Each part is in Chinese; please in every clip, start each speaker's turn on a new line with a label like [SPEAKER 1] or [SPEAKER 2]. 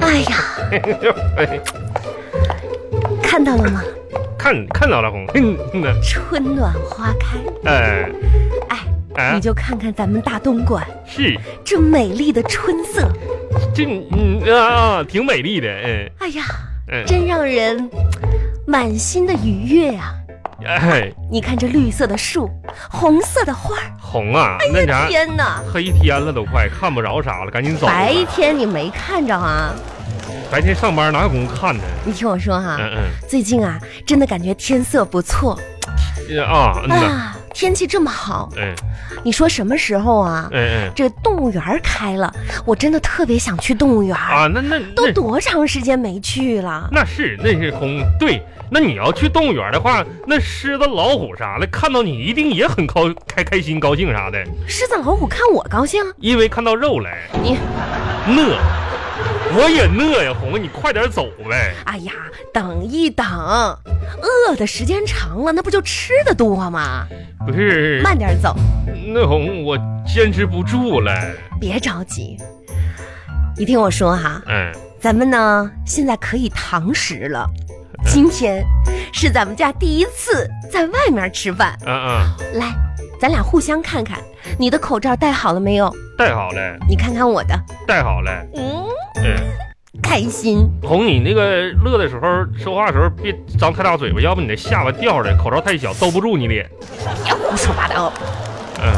[SPEAKER 1] 哎呀，看到了吗？
[SPEAKER 2] 看看到了红， 嗯的，
[SPEAKER 1] 春暖花开。
[SPEAKER 2] 哎
[SPEAKER 1] 哎，
[SPEAKER 2] 啊
[SPEAKER 1] 你，就看看咱们大东莞
[SPEAKER 2] 是，
[SPEAKER 1] 这美丽的春色，
[SPEAKER 2] 这嗯啊，挺美丽的，嗯
[SPEAKER 1] 哎呀，
[SPEAKER 2] 嗯，
[SPEAKER 1] 真让人满心的愉悦啊！
[SPEAKER 2] 哎，
[SPEAKER 1] 你看这绿色的树，红色的花儿，
[SPEAKER 2] 红啊，那
[SPEAKER 1] 哎
[SPEAKER 2] 啥
[SPEAKER 1] 呀，天哪！
[SPEAKER 2] 黑天了都快看不着啥了，赶紧走吧。啊
[SPEAKER 1] 白天你没看着啊？
[SPEAKER 2] 白天上班哪有功夫看呢？
[SPEAKER 1] 你听我说哈、
[SPEAKER 2] 嗯嗯
[SPEAKER 1] 最近啊，真的感觉天色不错
[SPEAKER 2] 是啊，嗯呐，
[SPEAKER 1] 啊，天气这么好，
[SPEAKER 2] 嗯
[SPEAKER 1] 你说什么时候啊？
[SPEAKER 2] 嗯嗯
[SPEAKER 1] 这动物园儿开了，我真的特别想去动物园儿，
[SPEAKER 2] 啊，那那
[SPEAKER 1] 都
[SPEAKER 2] 那
[SPEAKER 1] 多长时间没去了？
[SPEAKER 2] 那是那是红，对，那你要去动物园的话，那狮子、老虎啥的看到你一定也很高开开心、高兴啥的，
[SPEAKER 1] 狮子老虎看我高兴，
[SPEAKER 2] 因为看到肉了，
[SPEAKER 1] 你
[SPEAKER 2] 饿，我也饿呀，红，你快点走呗。
[SPEAKER 1] 哎呀，等一等，饿的时间长了，那不就吃的多吗？
[SPEAKER 2] 不是，
[SPEAKER 1] 慢点走，
[SPEAKER 2] 那红我坚持不住了，
[SPEAKER 1] 别着急。你听我说哈，
[SPEAKER 2] 嗯，
[SPEAKER 1] 咱们呢现在可以堂食了。今天是咱们家第一次在外面吃饭，
[SPEAKER 2] 啊啊，
[SPEAKER 1] 来，咱俩互相看看，你的口罩戴好了没有？
[SPEAKER 2] 戴好了，
[SPEAKER 1] 你看看我的，
[SPEAKER 2] 戴好了，
[SPEAKER 1] 嗯，
[SPEAKER 2] 嗯。
[SPEAKER 1] 开心。
[SPEAKER 2] 哄你那个乐的时候，说话的时候别张太大嘴巴，要不你的下巴掉了，口罩太小兜不住你脸。
[SPEAKER 1] 别胡说八道。
[SPEAKER 2] 嗯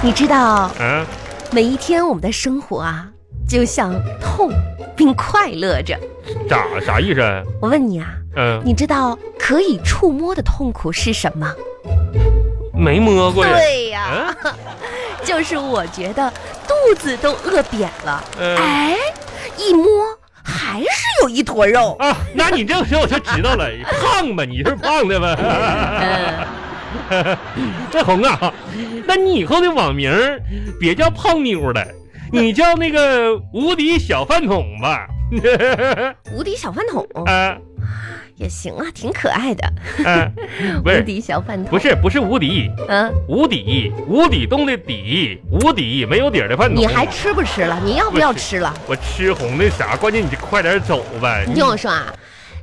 [SPEAKER 1] 你知道，
[SPEAKER 2] 嗯，
[SPEAKER 1] 每一天我们的生活啊，就像痛并快乐着。
[SPEAKER 2] 咋啥意思啊？
[SPEAKER 1] 我问你啊，
[SPEAKER 2] 嗯，
[SPEAKER 1] 你知道可以触摸的痛苦是什么？
[SPEAKER 2] 没摸过呀。
[SPEAKER 1] 对呀、
[SPEAKER 2] 嗯
[SPEAKER 1] 就是我觉得肚子都饿扁了，
[SPEAKER 2] 嗯
[SPEAKER 1] 哎，一摸还是有一坨肉。
[SPEAKER 2] 啊，那你这个时候我就知道了，胖吧，你是胖的 吧？
[SPEAKER 1] 嗯，
[SPEAKER 2] 这红啊，那你以后的网名儿别叫胖妞了，你叫那个无敌小饭桶吧。
[SPEAKER 1] 无敌小饭桶
[SPEAKER 2] 啊
[SPEAKER 1] 也行啊，挺可爱的。
[SPEAKER 2] 啊，不
[SPEAKER 1] 无
[SPEAKER 2] 是
[SPEAKER 1] 敌小饭桶，
[SPEAKER 2] 不是不是无敌，
[SPEAKER 1] 嗯，
[SPEAKER 2] 无底，无底洞的底，无底没有底儿的饭桶。
[SPEAKER 1] 你还吃不吃了？你要不要吃了？
[SPEAKER 2] 我吃红的啥？关键你就快点走呗。
[SPEAKER 1] 你听我说啊，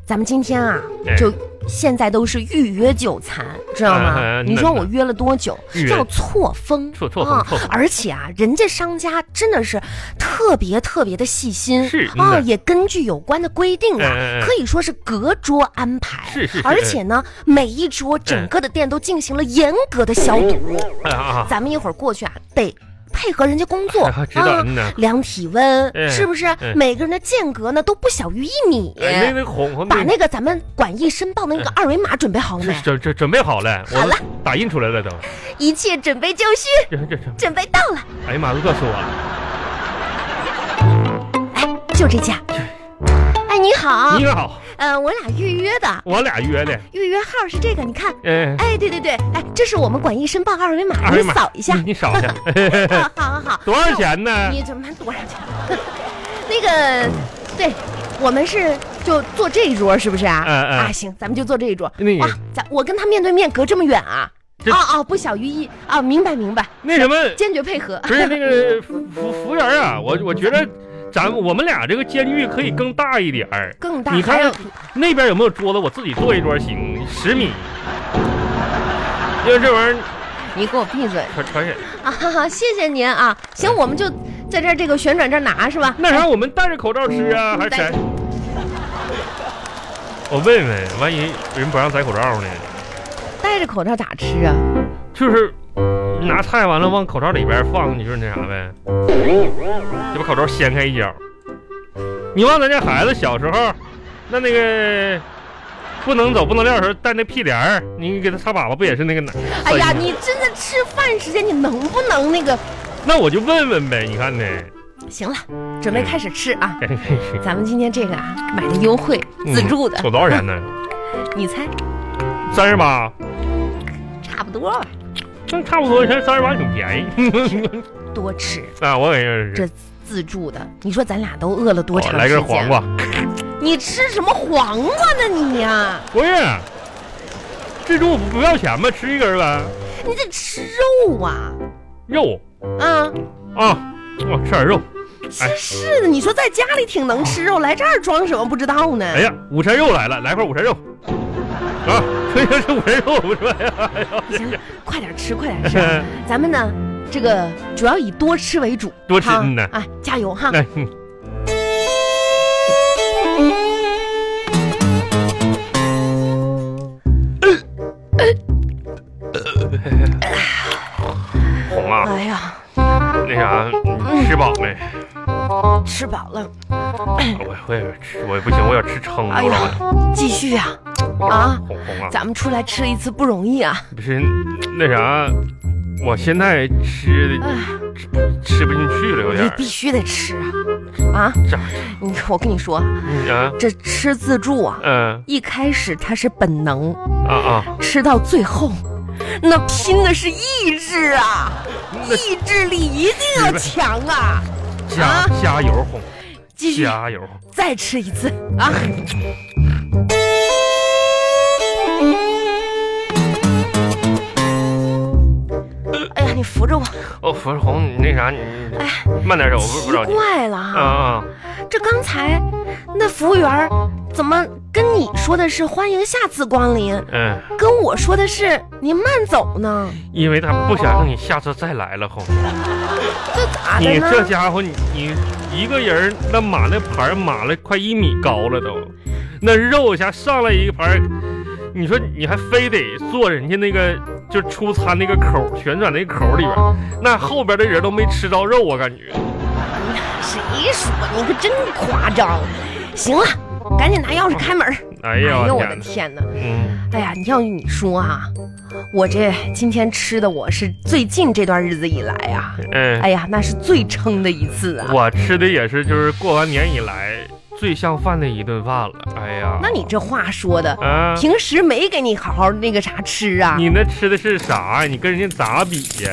[SPEAKER 1] 咱们今天啊，
[SPEAKER 2] 哎
[SPEAKER 1] 就现在都是预约就餐，知道吗？
[SPEAKER 2] 嗯嗯
[SPEAKER 1] 你说我约了多久
[SPEAKER 2] 预？约
[SPEAKER 1] 叫错峰，
[SPEAKER 2] 错错峰
[SPEAKER 1] 啊
[SPEAKER 2] 错峰
[SPEAKER 1] 而且啊，人家商家真的是特别特别的细心，
[SPEAKER 2] 是嗯
[SPEAKER 1] 啊，
[SPEAKER 2] 的
[SPEAKER 1] 也根据有关的规定啊，
[SPEAKER 2] 嗯嗯嗯
[SPEAKER 1] 可以说是隔桌安排，
[SPEAKER 2] 是哎是是
[SPEAKER 1] 而且呢，每一桌整个的店都进行了严格的消毒。
[SPEAKER 2] 啊啊！
[SPEAKER 1] 咱们一会儿过去啊，得配合人家工作
[SPEAKER 2] 啊知道嗯呐
[SPEAKER 1] 量体温、
[SPEAKER 2] 嗯
[SPEAKER 1] 是不是？
[SPEAKER 2] 嗯
[SPEAKER 1] 每个人的间隔呢都不小于一米。
[SPEAKER 2] 哎那那红红
[SPEAKER 1] 把那个咱们管艺申报的那
[SPEAKER 2] 嗯
[SPEAKER 1] 个二维码准备好了
[SPEAKER 2] 这
[SPEAKER 1] 没？
[SPEAKER 2] 准准准备好了，
[SPEAKER 1] 好了
[SPEAKER 2] 我打印出来了都。
[SPEAKER 1] 一切准备就绪，
[SPEAKER 2] 这这这，
[SPEAKER 1] 准备到了。
[SPEAKER 2] 哎呀妈，饿死我了！
[SPEAKER 1] 哎，就这家。哎，你好
[SPEAKER 2] 你，好，
[SPEAKER 1] 呃，我俩预约的，
[SPEAKER 2] 我俩约的，
[SPEAKER 1] 预约号是这个，你看。
[SPEAKER 2] 嗯，
[SPEAKER 1] 哎，对对对，哎，这是我们管艺申报二维码，
[SPEAKER 2] 二
[SPEAKER 1] 你
[SPEAKER 2] 维码
[SPEAKER 1] 扫一下。
[SPEAKER 2] 你你扫一下，
[SPEAKER 1] 啊， 好 好好。
[SPEAKER 2] 多少钱呢？
[SPEAKER 1] 你怎么多少钱？那个，对，我们是就坐这一桌，是不是啊？
[SPEAKER 2] 嗯嗯
[SPEAKER 1] 啊，行，咱们就坐这一桌。
[SPEAKER 2] 那个
[SPEAKER 1] 哇，咱我跟他面对面，隔这么远啊！
[SPEAKER 2] 这
[SPEAKER 1] 哦哦，不小于一啊，明白明白，
[SPEAKER 2] 那什么，
[SPEAKER 1] 坚决配 合。
[SPEAKER 2] 不是那个服服服务员啊，我我觉得咱我们俩这个间距可以更大一点儿。
[SPEAKER 1] 更大，
[SPEAKER 2] 你
[SPEAKER 1] 还有
[SPEAKER 2] 看那边有没有桌子？我自己坐一桌行，十米。因为这玩意儿
[SPEAKER 1] 你给我闭嘴
[SPEAKER 2] 传传染，
[SPEAKER 1] 啊！哈哈，谢谢您啊。行，我们就在这儿这个旋转这儿拿是吧？
[SPEAKER 2] 那啥，我们戴着口罩吃啊，还是摘？我问问，万一人不让摘口罩呢？
[SPEAKER 1] 戴着口罩咋吃啊？
[SPEAKER 2] 就是拿菜完了往口罩里边放，你说那啥呗？就把口罩掀开一角。你忘咱家孩子小时候，那那个不能走不能撂的时候带那屁帘儿，你给他擦粑粑不也是那个拿？
[SPEAKER 1] 哎呀，你真的吃饭时间你能不能那个？
[SPEAKER 2] 那我就问问呗，你看呢？
[SPEAKER 1] 行了，准备开始吃啊。
[SPEAKER 2] 赶紧开始
[SPEAKER 1] 咱们今天这个啊，买的优惠，
[SPEAKER 2] 嗯
[SPEAKER 1] 自助的，
[SPEAKER 2] 我多少钱呢？
[SPEAKER 1] 你猜
[SPEAKER 2] 三十八，
[SPEAKER 1] 差不多吧？
[SPEAKER 2] 那差不多，现在三十八挺便宜。
[SPEAKER 1] 多吃
[SPEAKER 2] 啊，我感觉
[SPEAKER 1] 这
[SPEAKER 2] 是。
[SPEAKER 1] 自助的，你说咱俩都饿了多
[SPEAKER 2] 我
[SPEAKER 1] 长时间？
[SPEAKER 2] 哦
[SPEAKER 1] 啊
[SPEAKER 2] 来根黄，瓜，
[SPEAKER 1] 你吃什么黄瓜呢你呀、
[SPEAKER 2] 不是自助不不要钱吗？吃一根呗，
[SPEAKER 1] 你得吃肉啊！
[SPEAKER 2] 肉
[SPEAKER 1] 啊，
[SPEAKER 2] 哎啊，我吃点肉。
[SPEAKER 1] 真是的，你说在家里挺能吃肉，来这儿装什么不知道呢？
[SPEAKER 2] 哦哎呀，午餐肉来了，来块午餐肉。啊，所以说这午餐肉不是哎吧？
[SPEAKER 1] 行了，快点吃，快点吃啊。咱们呢，这个主要以多吃为主，
[SPEAKER 2] 多吃
[SPEAKER 1] 哈
[SPEAKER 2] 嗯呐
[SPEAKER 1] 啊，加油哈！
[SPEAKER 2] 那嗯红啊，
[SPEAKER 1] 哎呀，
[SPEAKER 2] 那啥，你吃饱没？
[SPEAKER 1] 吃饱了，
[SPEAKER 2] 嗯我我也吃，我也不行，我有点吃撑着
[SPEAKER 1] 哎
[SPEAKER 2] 了。
[SPEAKER 1] 呀，继续啊啊！
[SPEAKER 2] 红红啊，
[SPEAKER 1] 咱们出来吃一次不容易啊！
[SPEAKER 2] 不是那啥，我现在吃
[SPEAKER 1] 哎，
[SPEAKER 2] 吃不进去了，有点
[SPEAKER 1] 你
[SPEAKER 2] 儿
[SPEAKER 1] 必须得吃啊！啊，
[SPEAKER 2] 咋
[SPEAKER 1] 你我跟你说，
[SPEAKER 2] 嗯啊
[SPEAKER 1] 这吃自助啊，
[SPEAKER 2] 嗯
[SPEAKER 1] 一开始它是本能，
[SPEAKER 2] 啊啊，
[SPEAKER 1] 吃到最后，那拼的是意志啊，意志力一定要强啊！
[SPEAKER 2] 加
[SPEAKER 1] 啊
[SPEAKER 2] 加油红，
[SPEAKER 1] 继续
[SPEAKER 2] 加油。
[SPEAKER 1] 再吃一次啊！哎呀，你扶着我，
[SPEAKER 2] 哦，不是红，你那啥，你你
[SPEAKER 1] 哎
[SPEAKER 2] 慢点走，不不
[SPEAKER 1] 奇
[SPEAKER 2] 着急。
[SPEAKER 1] 怪了
[SPEAKER 2] 啊
[SPEAKER 1] 哈，
[SPEAKER 2] 啊，
[SPEAKER 1] 这刚才那服务员儿怎么跟你说的是欢迎下次光临，
[SPEAKER 2] 嗯，
[SPEAKER 1] 跟我说的是您慢走呢？
[SPEAKER 2] 因为他不想让你下次再来了，红。
[SPEAKER 1] 这咋的
[SPEAKER 2] 你这
[SPEAKER 1] 呢？
[SPEAKER 2] 家伙，你你一个人儿那码那盘儿码了快一米高了都，那肉一下上来一盘儿，你说你还非得坐人家那个就出餐那个口儿旋转那个口儿里边儿，
[SPEAKER 1] 哦
[SPEAKER 2] 那后边的人都没吃着肉，我感觉。
[SPEAKER 1] 谁说你可真夸张？行了，赶紧拿钥匙开门儿。
[SPEAKER 2] 哎
[SPEAKER 1] 哎
[SPEAKER 2] 呀，
[SPEAKER 1] 呦我的
[SPEAKER 2] 天哪！
[SPEAKER 1] 天哪！
[SPEAKER 2] 嗯，
[SPEAKER 1] 哎呀，你要你说啊，我这今天吃的我是最近这段日子以来啊，
[SPEAKER 2] 哎，
[SPEAKER 1] 哎呀，那是最撑的一次啊。
[SPEAKER 2] 我吃的也是，就是过完年以来最像饭的一顿饭了。哎呀，
[SPEAKER 1] 那你这话说的，
[SPEAKER 2] 啊，
[SPEAKER 1] 平时没给你好好那个啥吃啊？
[SPEAKER 2] 你那吃的是啥呀？你跟人家咋比呀？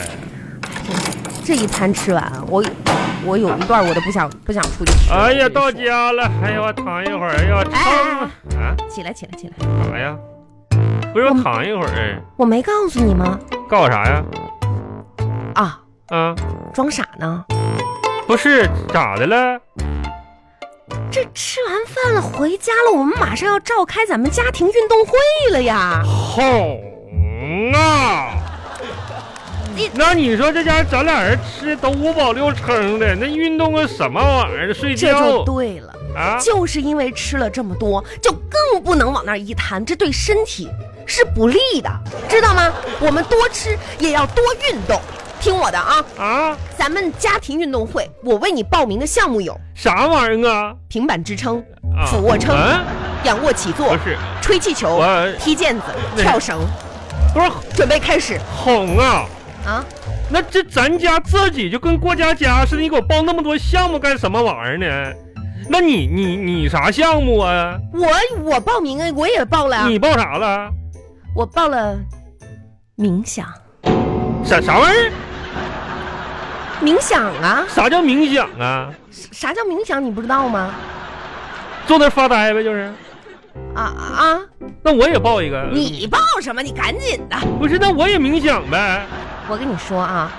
[SPEAKER 1] 这一餐吃完，我我有一段我都不想不想出去吃了。
[SPEAKER 2] 哎呀，
[SPEAKER 1] 我跟
[SPEAKER 2] 到
[SPEAKER 1] 你说
[SPEAKER 2] 家了，哎呀，我躺一会儿，哎呀，
[SPEAKER 1] 哎
[SPEAKER 2] 撑啊，
[SPEAKER 1] 起来起来起来！
[SPEAKER 2] 干啥呀？不是
[SPEAKER 1] 我
[SPEAKER 2] 我
[SPEAKER 1] 们
[SPEAKER 2] 躺一会儿，
[SPEAKER 1] 我没告诉你吗？
[SPEAKER 2] 告我啥呀？
[SPEAKER 1] 啊，
[SPEAKER 2] 啊，
[SPEAKER 1] 装傻呢？
[SPEAKER 2] 不是咋的了？
[SPEAKER 1] 这吃完饭了，回家了，我们马上要召开咱们家庭运动会了呀！
[SPEAKER 2] 红啊
[SPEAKER 1] 你！
[SPEAKER 2] 那你说这家咱俩人吃都五饱六撑的，那运动个什么玩意儿？睡
[SPEAKER 1] 这就
[SPEAKER 2] 觉
[SPEAKER 1] 对了。
[SPEAKER 2] 啊？
[SPEAKER 1] 就是因为吃了这么多，就更不能往那儿一摊，这对身体是不利的，知道吗？我们多吃也要多运动，听我的啊！
[SPEAKER 2] 啊？
[SPEAKER 1] 咱们家庭运动会，我为你报名的项目有
[SPEAKER 2] 啥玩意儿啊？
[SPEAKER 1] 平板支撑、
[SPEAKER 2] 啊
[SPEAKER 1] 俯卧撑、
[SPEAKER 2] 嗯
[SPEAKER 1] 仰卧起
[SPEAKER 2] 不
[SPEAKER 1] 坐、
[SPEAKER 2] 是，
[SPEAKER 1] 吹气球
[SPEAKER 2] 我、
[SPEAKER 1] 踢毽子、
[SPEAKER 2] 那
[SPEAKER 1] 跳绳。
[SPEAKER 2] 不是
[SPEAKER 1] 准备开始
[SPEAKER 2] 红啊！
[SPEAKER 1] 啊！
[SPEAKER 2] 那这咱家自己就跟过家家似的，你给我报那么多项目干什么玩意儿呢？那你你你啥项目啊？
[SPEAKER 1] 我我报名啊，我也报了啊，
[SPEAKER 2] 你报啥了？
[SPEAKER 1] 我报了冥想，
[SPEAKER 2] 啥啥玩意儿？
[SPEAKER 1] 冥想啊，
[SPEAKER 2] 啥叫冥想啊？
[SPEAKER 1] 啥叫冥想？你不知道吗？
[SPEAKER 2] 坐那儿发呆呗，就是。
[SPEAKER 1] 啊啊！
[SPEAKER 2] 那我也报一个。
[SPEAKER 1] 你报什么？你赶紧的！
[SPEAKER 2] 不是？那我也冥想呗。
[SPEAKER 1] 我跟你说啊，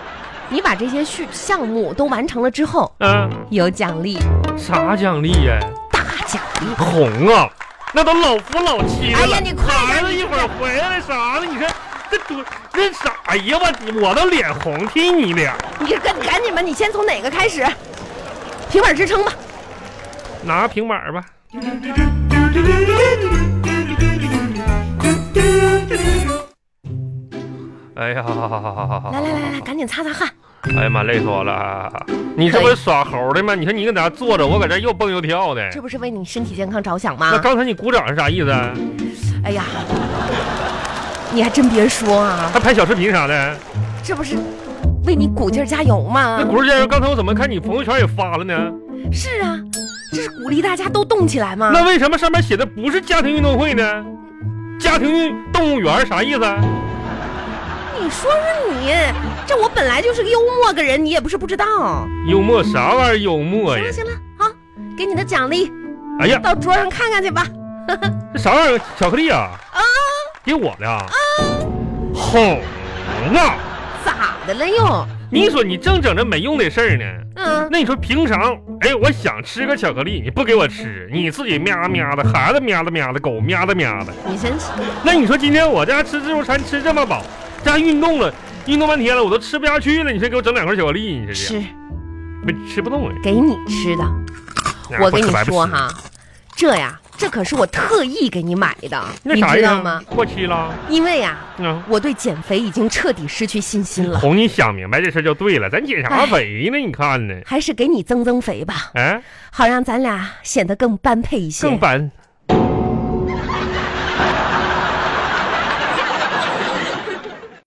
[SPEAKER 1] 你把这些序项目都完成了之后，
[SPEAKER 2] 啊，
[SPEAKER 1] 有奖励，
[SPEAKER 2] 啥奖励呀、
[SPEAKER 1] 大奖励！
[SPEAKER 2] 红啊，那都老夫老妻的了。
[SPEAKER 1] 哎呀你快点
[SPEAKER 2] 孩子
[SPEAKER 1] 你
[SPEAKER 2] 一会儿回来啥的，你看这多这啥？哎呀我我都脸红，替你脸。
[SPEAKER 1] 你赶赶紧吧，你先从哪个开始？平板支撑吧。
[SPEAKER 2] 拿个平板儿吧。哎呀，好好好好好好好！
[SPEAKER 1] 来来来来，赶紧擦擦汗。
[SPEAKER 2] 哎呀妈，累死我了！啊你这不是耍猴的吗？你看你搁那坐着，我搁这又蹦又跳的。
[SPEAKER 1] 这不是为你身体健康着想
[SPEAKER 2] 哎那
[SPEAKER 1] 吗？
[SPEAKER 2] 刚才你鼓掌是啥意思？啊
[SPEAKER 1] 哎呀，你还真别说啊，
[SPEAKER 2] 还拍小视频啥的？
[SPEAKER 1] 这不是为你鼓劲儿加油吗
[SPEAKER 2] 那？鼓先生，刚才我怎么看你朋友圈也发了呢？
[SPEAKER 1] 是啊，这是鼓励大家都动起来吗？
[SPEAKER 2] 那为什么上面写的不是家庭运动会呢？家庭运动物园啥意思？啊
[SPEAKER 1] 你说说你，这我本来就是个幽默个人，你也不是不知道。
[SPEAKER 2] 幽默啥玩意儿？幽默
[SPEAKER 1] 行
[SPEAKER 2] 呀
[SPEAKER 1] 了！行了，好，给你的奖励，
[SPEAKER 2] 哎呀，
[SPEAKER 1] 到桌上看看去吧。
[SPEAKER 2] 这啥玩意儿？巧克力啊？
[SPEAKER 1] 啊，
[SPEAKER 2] 给我的啊？哄啊！
[SPEAKER 1] 咋的了又？
[SPEAKER 2] 你说你正整这没用的事儿呢，
[SPEAKER 1] 嗯，
[SPEAKER 2] 那你说平常，哎，我想吃个巧克力，你不给我吃，你自己喵喵的，孩子喵的喵的，狗喵的喵的。
[SPEAKER 1] 你先吃。
[SPEAKER 2] 那你说今天我家吃自助餐吃这么饱，加运动了，运动半天了，我都吃不下去了。你说给我整两块巧克力，你这
[SPEAKER 1] 吃，
[SPEAKER 2] 没吃不动哎。
[SPEAKER 1] 给你吃的。
[SPEAKER 2] 那哎
[SPEAKER 1] 我跟
[SPEAKER 2] 不
[SPEAKER 1] 你
[SPEAKER 2] 吃白不
[SPEAKER 1] 说
[SPEAKER 2] 吃，
[SPEAKER 1] 哈，这呀，这可是我特意给你买的，
[SPEAKER 2] 那
[SPEAKER 1] 你
[SPEAKER 2] 啥
[SPEAKER 1] 知道
[SPEAKER 2] 呀？
[SPEAKER 1] 吗？
[SPEAKER 2] 过期了。啊
[SPEAKER 1] 因为呀，
[SPEAKER 2] 嗯，
[SPEAKER 1] 我对减肥已经彻底失去信心了，
[SPEAKER 2] 哄你想明白这事儿就对了，咱减啥肥呢？你看呢？
[SPEAKER 1] 还是给你增增肥吧，
[SPEAKER 2] 哎，
[SPEAKER 1] 好让咱俩显得更般配一些。
[SPEAKER 2] 更般